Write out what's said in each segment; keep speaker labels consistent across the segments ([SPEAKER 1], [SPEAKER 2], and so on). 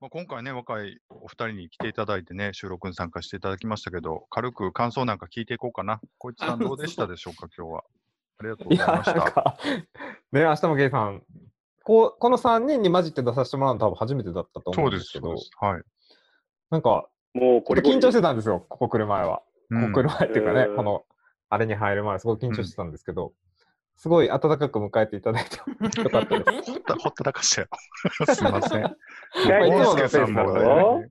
[SPEAKER 1] まあ、今回ね、若いお二人に来ていただいてね、収録に参加していただきましたけど、軽く感想なんか聞いていこうかな。こいつさんどうでしたでしょうか、今日は。ありがとうご
[SPEAKER 2] い
[SPEAKER 1] ざい
[SPEAKER 2] や、な
[SPEAKER 1] ま
[SPEAKER 2] ん
[SPEAKER 1] した。
[SPEAKER 2] か、ね、明日もゲイさん、こうこの3人に混じって出させてもらうの多分初めてだったと思
[SPEAKER 1] そううんで
[SPEAKER 2] ですすけ、
[SPEAKER 1] そう
[SPEAKER 2] ど
[SPEAKER 1] で、す。はい。
[SPEAKER 2] なんか、
[SPEAKER 3] もうこれ
[SPEAKER 2] 緊張してたんですよ、ここ来る前は。
[SPEAKER 1] う
[SPEAKER 2] こ
[SPEAKER 1] ん
[SPEAKER 2] こ来る前っていうかね
[SPEAKER 3] う、ん
[SPEAKER 2] この、あれに入る前はすごい緊張してたんですけど、すごい温かく迎えていただい てよかったです。
[SPEAKER 1] ほったほったらか したよ。すいません。
[SPEAKER 3] 大
[SPEAKER 2] 丈夫
[SPEAKER 1] 大輔さんも
[SPEAKER 2] 大丈
[SPEAKER 3] 夫
[SPEAKER 1] ね、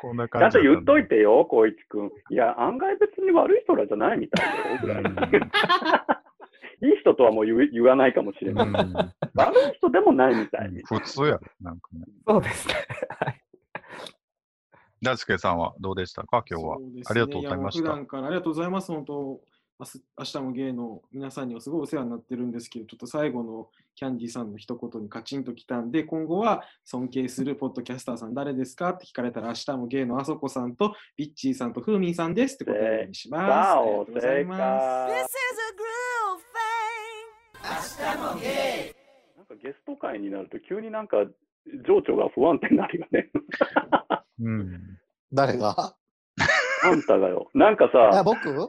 [SPEAKER 1] こんな
[SPEAKER 3] だ
[SPEAKER 1] 感
[SPEAKER 3] っ
[SPEAKER 1] じだ
[SPEAKER 3] て
[SPEAKER 1] たんで
[SPEAKER 3] 言っといてよ、光一君。いや、案外別に悪い人らじゃないみたいだよ、 ぐらい。いい人とはもう言う言わないかもし
[SPEAKER 1] う
[SPEAKER 3] れ
[SPEAKER 1] ん
[SPEAKER 3] ない。
[SPEAKER 1] うん
[SPEAKER 3] 悪い人でもないみたいに。
[SPEAKER 1] 普通やろ、なんかね。
[SPEAKER 2] そうですね。はい
[SPEAKER 1] 大輔さんはどうでしたか、今日は。
[SPEAKER 4] そうですね
[SPEAKER 1] ありがとうございました
[SPEAKER 4] やも普段からありがとうございます。本当、明日明日も芸の皆さんにはすごいお世話になってるんですけど、ちょっと最後のキャンディーさんの一言にカチンときたんで、今後は尊敬するポッドキャスターさん誰ですかって聞かれたら、明日も芸のあそこさんと、ビッチーさんとフーミンさんですって答えにします。
[SPEAKER 3] わ
[SPEAKER 4] ありが
[SPEAKER 3] お、
[SPEAKER 4] とうござい
[SPEAKER 3] 正
[SPEAKER 4] ます。
[SPEAKER 3] 解
[SPEAKER 5] This。is a groove thing.
[SPEAKER 3] なんかゲスト会になると急になんか情緒が不安定になるよね。
[SPEAKER 1] うん。
[SPEAKER 6] 誰が
[SPEAKER 3] あんたがよ。なんか
[SPEAKER 6] あ
[SPEAKER 3] さ、
[SPEAKER 6] 僕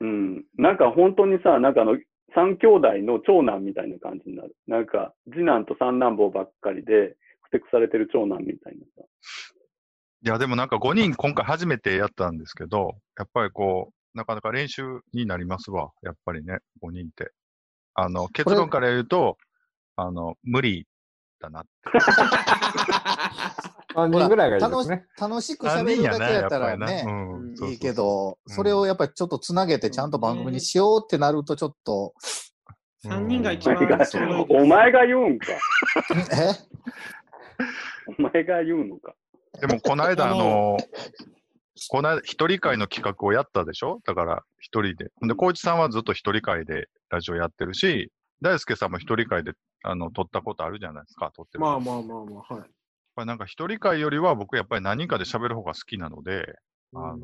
[SPEAKER 3] うん。なんか本当にさ、なんかあの、三兄弟の長男みたいな感じになる。なんか、次男と三男坊ばっかりで、ふてくされてる長男みたいなさ。
[SPEAKER 1] いや、でもなんか5人、今回初めてやったんですけど、やっぱりこう、なかなか練習になりますわ、やっぱりね、5人って。あの、結論から言うと、あの、無理だな。
[SPEAKER 2] 3人ぐらいがいいですね。
[SPEAKER 6] 楽しく
[SPEAKER 1] 3
[SPEAKER 6] 喋
[SPEAKER 1] 人
[SPEAKER 6] る
[SPEAKER 1] や
[SPEAKER 6] だ
[SPEAKER 1] な、
[SPEAKER 6] け
[SPEAKER 1] や
[SPEAKER 6] や
[SPEAKER 1] っ
[SPEAKER 6] った
[SPEAKER 1] ぱ
[SPEAKER 6] ら
[SPEAKER 1] りな。
[SPEAKER 6] ね、
[SPEAKER 1] うん。そうそうそう
[SPEAKER 6] いいけ。ど、それをやっぱりちょっとつなげてちゃんと番組にしようってなるとちょっと、
[SPEAKER 4] 3人が一
[SPEAKER 1] ま
[SPEAKER 4] 番
[SPEAKER 1] あ
[SPEAKER 3] お前が
[SPEAKER 4] ちょうどいいです
[SPEAKER 3] お前が言うんか。
[SPEAKER 6] え
[SPEAKER 3] お前が言うのか。
[SPEAKER 1] でも、この 間、あの、この間、一人会の企画をやったでしょだから、一人で。で、浩一さんはずっと一人会でラジオやってるし、大輔さんも一人会で、あの、撮ったことあるじゃないですか、撮ってる。
[SPEAKER 4] ま
[SPEAKER 1] や
[SPEAKER 4] あ
[SPEAKER 1] っ
[SPEAKER 4] まあまあまあ、はい。
[SPEAKER 1] ぱりなんか一人会よりは、僕やっぱり何人かで喋る方が好きなので、あの、
[SPEAKER 4] うん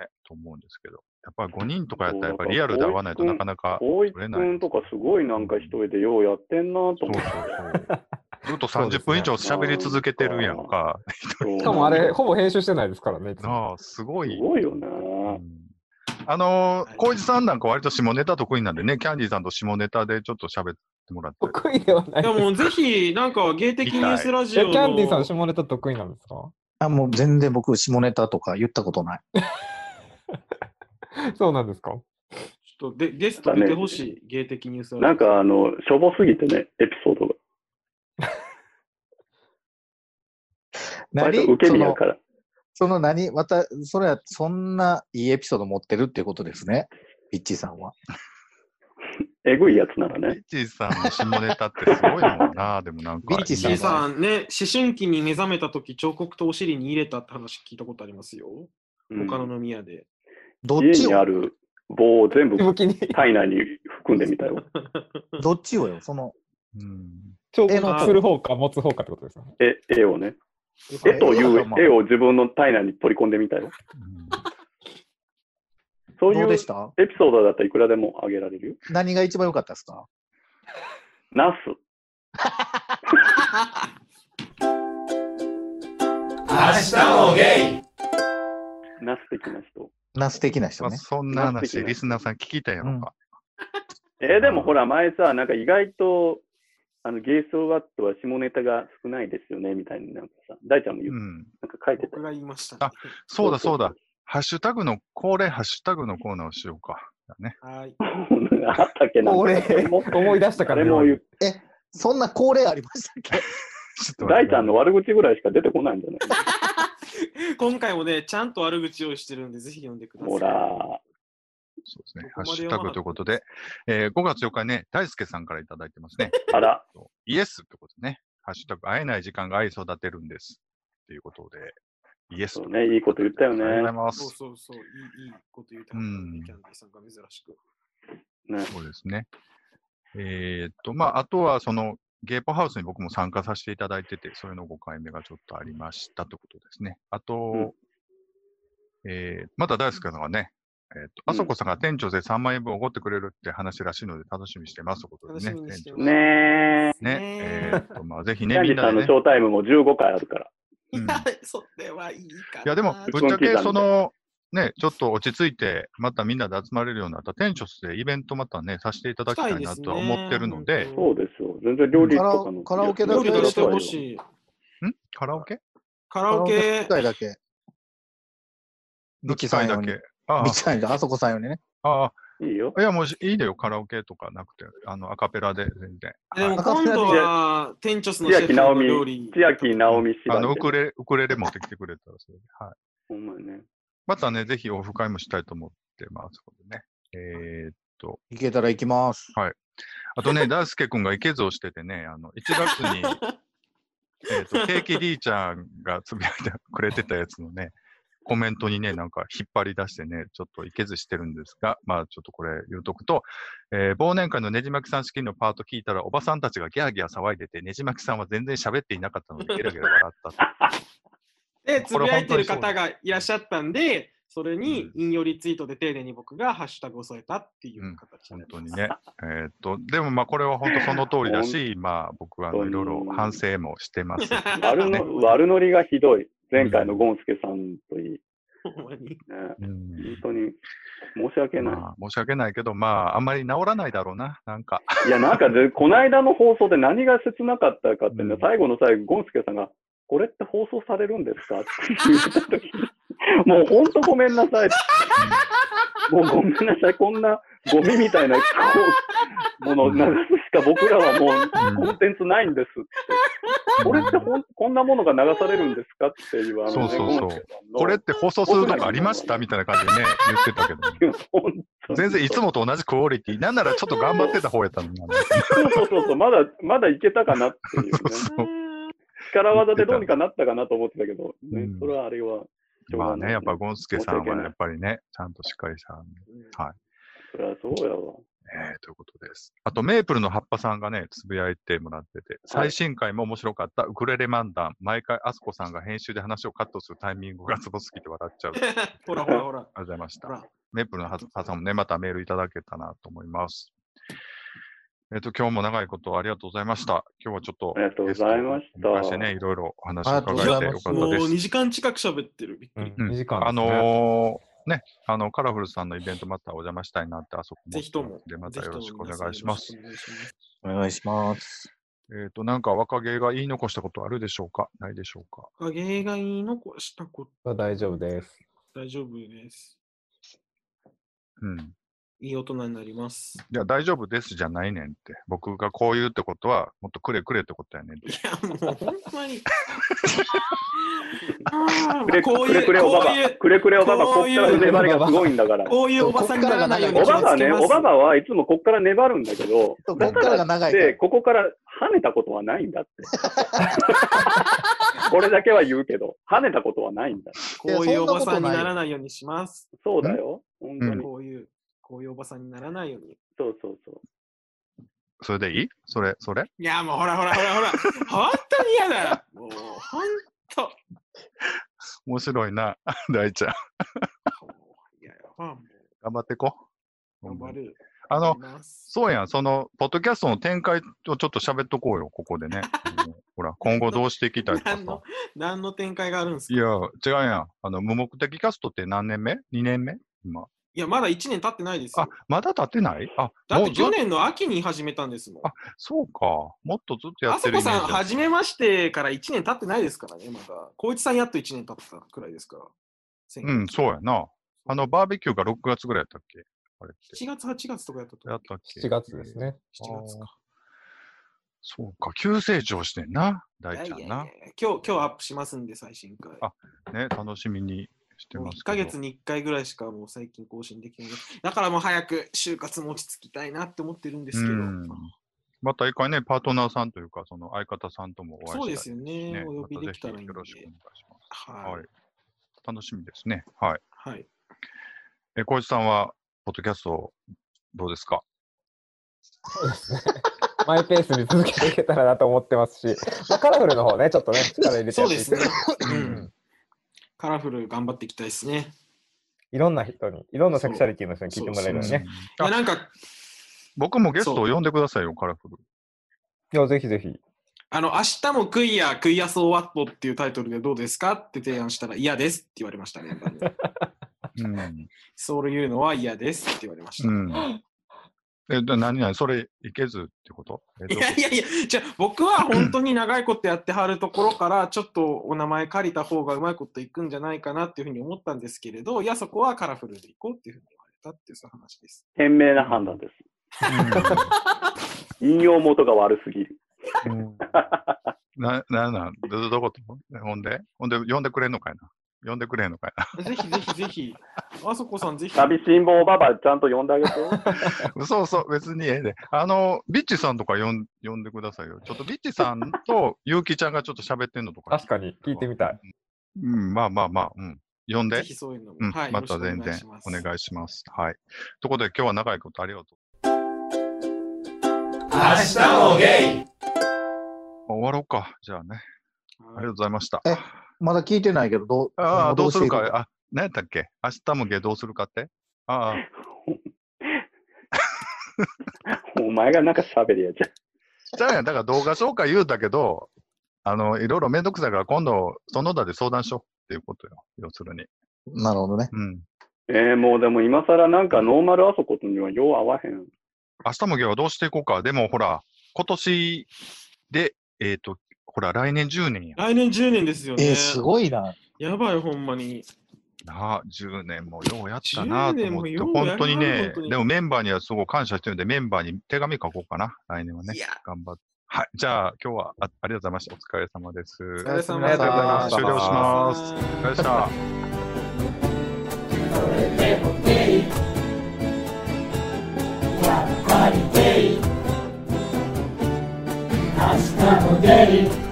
[SPEAKER 1] ね、と思うんですけど。やっぱり5人とかやったら、やっぱりリアルで会わないとなかなか、
[SPEAKER 3] 大井君とかすごいなんか一人でようやってんなと
[SPEAKER 1] そう
[SPEAKER 3] 思
[SPEAKER 1] そう
[SPEAKER 3] って。
[SPEAKER 1] そう。ずっと30分以上喋り続けてるやんか。
[SPEAKER 3] そう
[SPEAKER 2] しかもあれ、ほぼ編集してないですからね、いつも
[SPEAKER 1] なあ、すごい
[SPEAKER 3] す。ごいよね。
[SPEAKER 1] あのー、浩二さんなんか割と下ネタ得意なんでね、キャンディーさんと下ネタでちょっと喋ってもらって。
[SPEAKER 2] 得意で はない
[SPEAKER 4] で
[SPEAKER 2] です。
[SPEAKER 4] もうぜひ、なんか芸的ニュースラ
[SPEAKER 2] い
[SPEAKER 4] ジ
[SPEAKER 2] や
[SPEAKER 4] オの。
[SPEAKER 2] キャンディーさん、下ネタ得意なんですか
[SPEAKER 6] あもう全然僕、下ネタとか言ったことない。
[SPEAKER 2] そうな んですか
[SPEAKER 4] ちょっとでゲスト出てほしい、芸的ニュースラジオ。
[SPEAKER 3] なんかあの、しょぼすぎてね、エピソードが。割と受け
[SPEAKER 6] そ
[SPEAKER 3] 身や
[SPEAKER 6] の、
[SPEAKER 3] から。
[SPEAKER 6] その何、また、それは、そんないいエピソード持ってるっていうことですね。ピッチーさんは。
[SPEAKER 3] えぐいやつなら
[SPEAKER 1] ビ
[SPEAKER 3] ね。
[SPEAKER 1] ッチーさんの下ネタってすごいのか な、でもなんか。
[SPEAKER 6] ビッチ
[SPEAKER 4] じい
[SPEAKER 6] ー
[SPEAKER 4] さんね、思春期に目覚めたとき、彫刻とお尻に入れたって話聞いたことありますよ。
[SPEAKER 3] うん
[SPEAKER 4] 他の飲み屋で。
[SPEAKER 6] どっ
[SPEAKER 3] 家
[SPEAKER 6] ち
[SPEAKER 3] にあ
[SPEAKER 6] を、
[SPEAKER 3] る棒を全部
[SPEAKER 2] 向きに
[SPEAKER 3] 体内に含んでみたよ。
[SPEAKER 6] どっちをよ、その、
[SPEAKER 1] うん。
[SPEAKER 2] 彫
[SPEAKER 6] 絵の
[SPEAKER 2] 刻する方か持つ方かってことですかね。
[SPEAKER 3] え、絵をね。絵という絵を自分の体内に取り込んでみたよ。そうい
[SPEAKER 6] どう
[SPEAKER 3] う
[SPEAKER 6] で
[SPEAKER 3] エ
[SPEAKER 6] し
[SPEAKER 3] ピ
[SPEAKER 6] た
[SPEAKER 3] ソードだったらいくらでもあげられるよ。
[SPEAKER 6] 何が一番良かったですか
[SPEAKER 3] ナス。ナス的な人。
[SPEAKER 6] ナス的な人
[SPEAKER 1] まあ、
[SPEAKER 6] ね。
[SPEAKER 1] そんな話、リスナーさん聞きたいのか。
[SPEAKER 3] えーでもほら、前さ、なんか意外と、あの、ゲイソーワットは下ネタが少ないですよね、みたいな、なんかさ、大ちゃんも言
[SPEAKER 1] う
[SPEAKER 3] う、
[SPEAKER 1] ん。
[SPEAKER 3] なんか書いてた
[SPEAKER 4] 僕
[SPEAKER 3] よ。
[SPEAKER 4] が言いました。
[SPEAKER 1] あそうだそうだ。ハッシュタグの、恒例ハッシュタグのコーナーをしようか。だね。
[SPEAKER 4] はい。
[SPEAKER 3] あったっ けな。
[SPEAKER 2] 俺
[SPEAKER 3] 誰も、
[SPEAKER 2] 思い出したから
[SPEAKER 3] 誰も言う
[SPEAKER 6] そんな恒例ありましたっ
[SPEAKER 1] ちょっと待っ
[SPEAKER 3] 大
[SPEAKER 1] て
[SPEAKER 3] ちゃんの悪口ぐらいしか出てこないんじゃない
[SPEAKER 4] 今回もね、ちゃんと悪口用意してるんで、ぜひ読んでください。
[SPEAKER 3] ほら、
[SPEAKER 1] そうですね。ハ
[SPEAKER 4] こ
[SPEAKER 1] ッ
[SPEAKER 4] こま
[SPEAKER 1] シ
[SPEAKER 4] で
[SPEAKER 1] ュ
[SPEAKER 4] 読
[SPEAKER 1] タ
[SPEAKER 4] まなか
[SPEAKER 1] グ
[SPEAKER 4] った
[SPEAKER 1] ということで、えー5月4日ね、大輔さんからいただいてますね。
[SPEAKER 3] あら、
[SPEAKER 1] イエスってことね。ハッシュタグ、会えない時間が愛育てるんです。っていうことで、イエス
[SPEAKER 3] そうね、いいこと言ったよ
[SPEAKER 1] ありがとうござい
[SPEAKER 3] ね。
[SPEAKER 1] ま
[SPEAKER 4] そう
[SPEAKER 1] す。
[SPEAKER 4] そうそう、いいいいこと言うてはったんで、
[SPEAKER 1] うん
[SPEAKER 4] キャンディーさんが珍しく。
[SPEAKER 3] ね
[SPEAKER 1] そうですね。えーっと、まあ、あとは、その、ゲーポハウスに僕も参加させていただいてて、それの5回目がちょっとありましたということですね。あと、
[SPEAKER 3] うん
[SPEAKER 1] えーまた大好きなのがね、えーっと、あそこさんが店長で3万円分おごってくれるって話らしいので楽しみにしてますということでね。
[SPEAKER 4] 楽しみにして
[SPEAKER 1] 店
[SPEAKER 4] ま
[SPEAKER 1] 長
[SPEAKER 3] ね
[SPEAKER 4] す
[SPEAKER 3] え。
[SPEAKER 1] ね、えーっと、まあ、ぜひね、
[SPEAKER 3] キャン
[SPEAKER 1] み
[SPEAKER 3] デ
[SPEAKER 1] ん
[SPEAKER 3] ィさ
[SPEAKER 1] なんで
[SPEAKER 3] の
[SPEAKER 1] ね
[SPEAKER 3] ショータイムも15回あるから。
[SPEAKER 1] うん
[SPEAKER 7] いや、それはいいかな。
[SPEAKER 1] いや、でも、
[SPEAKER 7] ちょ
[SPEAKER 1] ぶっちゃけ、その、ね、ちょっと落ち着いて、またみんなで集まれるようになったら、店長でイベントまたね、させていただきたいなとは思ってるので、
[SPEAKER 4] したい
[SPEAKER 3] そうですよ。全然料理とかの。
[SPEAKER 6] カラオカラ
[SPEAKER 4] 料
[SPEAKER 6] オケ
[SPEAKER 4] 理
[SPEAKER 6] だ
[SPEAKER 4] 出
[SPEAKER 6] け
[SPEAKER 4] してほし
[SPEAKER 3] い。
[SPEAKER 4] い。
[SPEAKER 1] んカラオケ
[SPEAKER 4] カラオケ
[SPEAKER 6] 機、械だけ。ミッキーさん
[SPEAKER 1] の
[SPEAKER 6] 用
[SPEAKER 1] 機
[SPEAKER 6] に。
[SPEAKER 1] 会
[SPEAKER 6] ミ
[SPEAKER 1] だけ。あ
[SPEAKER 6] ッキーさん用に、あそこさん用にね。
[SPEAKER 1] あ、あ
[SPEAKER 3] いいよ。
[SPEAKER 1] あ、いや、もういいだよ、カラオケとかなくて、あの、アカペラで全然。
[SPEAKER 4] でも
[SPEAKER 1] はい
[SPEAKER 4] 今度は店長のシェフの料理。
[SPEAKER 3] 千秋直美芝
[SPEAKER 1] あ
[SPEAKER 3] 居
[SPEAKER 1] の、ウ
[SPEAKER 3] で
[SPEAKER 1] クレ、ウクレレ持ってきてくれたら、それで。はい。
[SPEAKER 3] ほんまにね。
[SPEAKER 1] またね、ぜひオフ会もしたいと思ってますのでね。えー、
[SPEAKER 6] 行けたら行きます。
[SPEAKER 1] あと ね、大輔くんがいけずをしててね、あの、1月 に、えっと、ケーキ D ちゃんがつぶやいてくれてたやつのね、コメントにね、なんか引っ張り出してね、ちょっといけずしてるんですが、まあちょっとこれ言うとくと、えー忘年会のねじまきさん式のパート聞いたら、おばさんたちがギャーギャー騒いでて、ねじまきさんは全然喋っていなかったので、ゲラゲラ笑ったと。
[SPEAKER 4] で、つぶやいてる方がいらっしゃったんで、それに引用リツイートで丁寧に僕がハッシュタグを添えたっていう形に
[SPEAKER 1] 本
[SPEAKER 4] な
[SPEAKER 1] 当
[SPEAKER 4] ります
[SPEAKER 1] にね。えーっと、でもまあこれは本当その通りだし、まあ僕はあのいろいろ反省もして ます。
[SPEAKER 3] 悪
[SPEAKER 1] ね
[SPEAKER 3] の、悪ノリがひどい。前回のゴンスケさんといい。
[SPEAKER 4] ほんまに
[SPEAKER 3] ね
[SPEAKER 1] うん
[SPEAKER 3] 本当に申し訳ない。
[SPEAKER 1] まあ、申し訳ないけど、まあ、あんまり治らないだろうな、なんか。
[SPEAKER 3] いや、なんかで、この間の放送で何が切なかったかってね、
[SPEAKER 1] うん
[SPEAKER 3] 最後の最後、ゴンスケさんが、これって放送されるんですかって言った時もう本当ごめんなさい。もうごめんなさい。こんなゴミみたいなこうものを流すしか僕らはも
[SPEAKER 1] ん
[SPEAKER 3] うコンテンツないんですって。これってほんこんなものが流されるんですかっていう、あ
[SPEAKER 1] そうそうそうこ
[SPEAKER 3] こ
[SPEAKER 1] れ
[SPEAKER 3] れ
[SPEAKER 1] って放送するとかありましたみたいな感じでね、言ってたけど、 全然いつもと同じクオリティ。なんならちょっと頑張ってた方やったのにな。
[SPEAKER 3] そうそうそうそう、まだ、まだいけたかなっていう、ね。
[SPEAKER 1] そうそう
[SPEAKER 3] 力技でどうにかなったかなと思ってたけど、
[SPEAKER 1] う
[SPEAKER 3] ね
[SPEAKER 1] ん、
[SPEAKER 3] それはあれは、しょう
[SPEAKER 1] ま
[SPEAKER 3] が
[SPEAKER 1] あ
[SPEAKER 3] ない
[SPEAKER 1] ね、やっぱゴンスケさん
[SPEAKER 3] 申し訳
[SPEAKER 1] は
[SPEAKER 3] ない
[SPEAKER 1] やっぱりね、ちゃんとしっかりした、
[SPEAKER 3] それはそうやわ。
[SPEAKER 1] えーということです。あと、メープルの葉っぱさんがね、つぶやいてもらってて、最新回も面白かったウクレレ漫談、毎回あすこさんが編集で話をカットするタイミングがツボすぎて笑っちゃう。ありがと
[SPEAKER 4] ほらほらほら。
[SPEAKER 1] うございました
[SPEAKER 4] ほ。ら
[SPEAKER 1] メープルのはずさんもね、またメールいただけたなと思います。えっ、と、今日も長いことありがとうございました。今日はちょっと、
[SPEAKER 3] ありがとうございました
[SPEAKER 1] ゲストをお迎えしてね、いろいろお話を伺
[SPEAKER 6] ありが
[SPEAKER 1] えて
[SPEAKER 6] とう
[SPEAKER 1] よ
[SPEAKER 6] ご
[SPEAKER 1] かっ
[SPEAKER 6] ざい
[SPEAKER 1] た
[SPEAKER 4] もう
[SPEAKER 1] で
[SPEAKER 4] 2
[SPEAKER 1] す。
[SPEAKER 4] 時間近く喋ってる。びっくり。
[SPEAKER 1] うん
[SPEAKER 2] 2時間ですね。
[SPEAKER 1] あのーね、あの、カラフルさんのイベントまたお邪魔したいなって、あそこも。
[SPEAKER 4] ぜひとも。
[SPEAKER 1] で、またよろしくお願いします
[SPEAKER 4] ぜ。ひとも皆さんよろしくお願いします。
[SPEAKER 6] お願いします。
[SPEAKER 1] えっ、と、なんか若気が言い残したことあるでしょうかないでしょうか
[SPEAKER 4] おかげがいいのこしたこ
[SPEAKER 2] 大丈夫です。
[SPEAKER 4] と大丈夫です。
[SPEAKER 1] うん。い
[SPEAKER 4] いい大人になり ます。
[SPEAKER 1] や、大丈夫ですじゃないねんって。僕がこう言うってことは、もっとくれくれってことやねんって
[SPEAKER 4] いや、もう本 当に。あーもうこう
[SPEAKER 3] くれ
[SPEAKER 4] いう、
[SPEAKER 3] くれおば
[SPEAKER 4] こ
[SPEAKER 3] ば
[SPEAKER 4] ういう、、
[SPEAKER 3] くれくれおばば、
[SPEAKER 4] こ
[SPEAKER 3] こ
[SPEAKER 4] う
[SPEAKER 3] っ
[SPEAKER 4] い
[SPEAKER 3] か
[SPEAKER 4] う
[SPEAKER 3] ら粘りがすごいんだから。
[SPEAKER 4] こういうおばさんにならないように
[SPEAKER 3] おばば
[SPEAKER 4] 気
[SPEAKER 3] ね、
[SPEAKER 4] を
[SPEAKER 3] お
[SPEAKER 4] つけます
[SPEAKER 3] ばばはいつもこっから粘るんだけど、
[SPEAKER 6] こっからが長いから
[SPEAKER 3] で、。ここから跳ねたことはないん だって。これだけは言うけど、跳ねたことはないんだ。
[SPEAKER 4] こういうおばさんにならないようにします。
[SPEAKER 3] そうだよ。本当
[SPEAKER 1] うん
[SPEAKER 3] に。
[SPEAKER 4] こういう、こういうおばさんにならないように。
[SPEAKER 3] そうそうそう。
[SPEAKER 1] それでいいそれ、それ
[SPEAKER 4] いや、もうほらほらほらほ ら、本当に嫌だ。もう本当。
[SPEAKER 1] 面白いな。 大ちゃん。
[SPEAKER 4] いや、もう
[SPEAKER 1] 頑張ってこ。
[SPEAKER 4] 頑張る。
[SPEAKER 1] あの、
[SPEAKER 4] 頑張ります
[SPEAKER 1] そうやん、その、ポッドキャストの展開をちょっと喋っとこうよ、ここで ね。うんほら、今後どうしていきたいとかさ
[SPEAKER 4] 何の。何の展開があるんです
[SPEAKER 1] い
[SPEAKER 4] かい
[SPEAKER 1] や
[SPEAKER 4] や、
[SPEAKER 1] 違うやん。あの、無目的キャストって何年目 ?2 年目今。
[SPEAKER 4] まだ1年経ってないです
[SPEAKER 1] あ
[SPEAKER 4] よ。、
[SPEAKER 1] まだ経ってないあ、
[SPEAKER 4] だっ
[SPEAKER 1] も
[SPEAKER 4] て
[SPEAKER 1] うずっ
[SPEAKER 4] 去年の秋に始めたんですもん。
[SPEAKER 1] あそうか。もっとずっとや
[SPEAKER 4] あ
[SPEAKER 1] って
[SPEAKER 4] そ
[SPEAKER 1] る
[SPEAKER 4] こ
[SPEAKER 1] イメー
[SPEAKER 4] さん、
[SPEAKER 1] ジだ
[SPEAKER 4] はじめましてから1年経ってないですからね、まだ。光一さんやっと1年経ったくらいですから。先
[SPEAKER 1] う
[SPEAKER 4] 月
[SPEAKER 1] ん、そうやな。あの、バーベキューが6月ぐらいやったっけあれって。
[SPEAKER 4] 7月、8月とかやったと
[SPEAKER 1] や
[SPEAKER 4] 思
[SPEAKER 1] っ
[SPEAKER 4] う。
[SPEAKER 1] たっけ
[SPEAKER 2] 7月です。ね。
[SPEAKER 4] 7月か。
[SPEAKER 1] そうか。急成長してんな、
[SPEAKER 4] いや
[SPEAKER 1] 大
[SPEAKER 4] い
[SPEAKER 1] ち
[SPEAKER 4] や
[SPEAKER 1] ゃ
[SPEAKER 4] い
[SPEAKER 1] ん
[SPEAKER 4] や
[SPEAKER 1] な。
[SPEAKER 4] 今日、今日アップしますんで、最新回。
[SPEAKER 1] あね、楽しみにして
[SPEAKER 4] もう
[SPEAKER 1] ますけど。
[SPEAKER 4] 1ヶ月に1回ぐらいしかもう最近更新できない。だからもう早く就活も落ち着きたいなって思ってるんですけど。
[SPEAKER 1] うんまた一回ね、パートナーさんというか、その相方さんともお会いしたい
[SPEAKER 4] そうですよね
[SPEAKER 1] ね
[SPEAKER 4] お呼びできたらいいんで
[SPEAKER 1] まぜひよろしくお願いします。
[SPEAKER 4] は
[SPEAKER 1] はいい。楽しみですね。はい。
[SPEAKER 4] はい。
[SPEAKER 1] え、小一さんは、ポッドキャスト、どうですか
[SPEAKER 2] そうですね。マイペースに続けていけたらなと思ってます し、まあ、カラフルの方ね、ちょっとね、力入れて
[SPEAKER 4] そ
[SPEAKER 2] やっ
[SPEAKER 4] うで
[SPEAKER 2] てい
[SPEAKER 4] す
[SPEAKER 2] け
[SPEAKER 4] ね
[SPEAKER 2] る。
[SPEAKER 4] う
[SPEAKER 2] うんん。
[SPEAKER 4] カラフル頑張っていきたいですね。
[SPEAKER 2] いろんな人に、いろんなセクシャリティの人に聞いてもらえるように
[SPEAKER 4] そう
[SPEAKER 2] ね。
[SPEAKER 4] いやなんか、
[SPEAKER 1] 僕もゲストを呼んでくださいよ、カラフル。
[SPEAKER 2] いや、ぜひぜひ。
[SPEAKER 4] あの、明日もクイア、クイアソーワットっていうタイトルでどうですかって提案したら嫌ですって言われましたね。
[SPEAKER 1] うん。
[SPEAKER 4] そういうのは嫌ですって言われました。
[SPEAKER 1] うん。 え、な何々、それいけずってことえ
[SPEAKER 4] いやいやいや、じゃあ僕は本当に長いことやってはるところから、ちょっとお名前借りた方がうまいこといくんじゃないかなっていうふうに思ったんですけれど、いや、そこはカラフルでいこうっていうふうに言われたっていうそういう話です。
[SPEAKER 3] 賢明な判断です。引用元が悪すぎる。
[SPEAKER 1] うんうんな、なんなんど、どことほんでほんで、呼んでくれんのかいな呼んでくれんのかいな
[SPEAKER 4] ぜひぜひぜひ、あそこさんぜひ。
[SPEAKER 3] 寂しん坊ばばちゃんと呼んであげてよ。
[SPEAKER 1] 嘘嘘、別にええで。あの、ビッチさんとか呼ん呼んでくださいよ。ちょっとビッチさんとゆうきちゃんがちょっと喋ってんのとか。
[SPEAKER 2] 確かに、聞いてみたい。
[SPEAKER 1] うん、まあまあまあ、うん。呼んで
[SPEAKER 4] ぜ。ひそういうのも、
[SPEAKER 1] うん、
[SPEAKER 4] はい、
[SPEAKER 1] また全
[SPEAKER 4] よろ
[SPEAKER 1] 然
[SPEAKER 4] しく
[SPEAKER 1] お
[SPEAKER 4] いしま
[SPEAKER 1] 願いします。はい。ということで、今日は長いことありがとう。
[SPEAKER 7] 明日もゲイ
[SPEAKER 1] 終わろうか。じゃあね。
[SPEAKER 4] す
[SPEAKER 1] あり
[SPEAKER 4] は
[SPEAKER 1] が
[SPEAKER 4] い
[SPEAKER 1] とうございました。
[SPEAKER 6] えまだ聞いてないけど、どう、
[SPEAKER 1] ああ、どうする
[SPEAKER 6] してい
[SPEAKER 1] か
[SPEAKER 6] く。
[SPEAKER 1] あ、何やったっけ明日もゲーどうするかってああ、
[SPEAKER 3] お前がなんか喋りやじゃん。
[SPEAKER 1] じゃあね、だから動画紹介言うたけど、あの、いろいろめんどくさいから今度、その他で相談しようっていうことよ。要するに。
[SPEAKER 6] なるほどね。
[SPEAKER 1] うん。
[SPEAKER 3] えー、もうでも今更なんかノーマルあそことにはよう合わへん。
[SPEAKER 1] 明日もゲーはどうしていこうか。でもほら、今年で、えっ、と、ほら、来年10年や。
[SPEAKER 4] 来年10年ですよね。
[SPEAKER 6] えー、すごいな。
[SPEAKER 4] やばい、ほんまに。
[SPEAKER 1] なあ、10年もようやったなと
[SPEAKER 4] 10年
[SPEAKER 1] 思っ
[SPEAKER 4] も
[SPEAKER 1] て、
[SPEAKER 4] ようやる
[SPEAKER 1] 本当に
[SPEAKER 4] な
[SPEAKER 1] ね
[SPEAKER 4] 本当、に
[SPEAKER 1] でもメンバーにはすごい感謝してるんで、メンバーに手紙書こうかな、来年はね
[SPEAKER 7] い。や、
[SPEAKER 1] 頑張って。はい、じゃあ今日はあありがとうございました。お疲れ様です。お
[SPEAKER 4] お
[SPEAKER 1] 疲
[SPEAKER 4] 疲れ様
[SPEAKER 6] ありがとうございました
[SPEAKER 1] 終了します。お疲れ様でした。
[SPEAKER 8] 明日もゲイ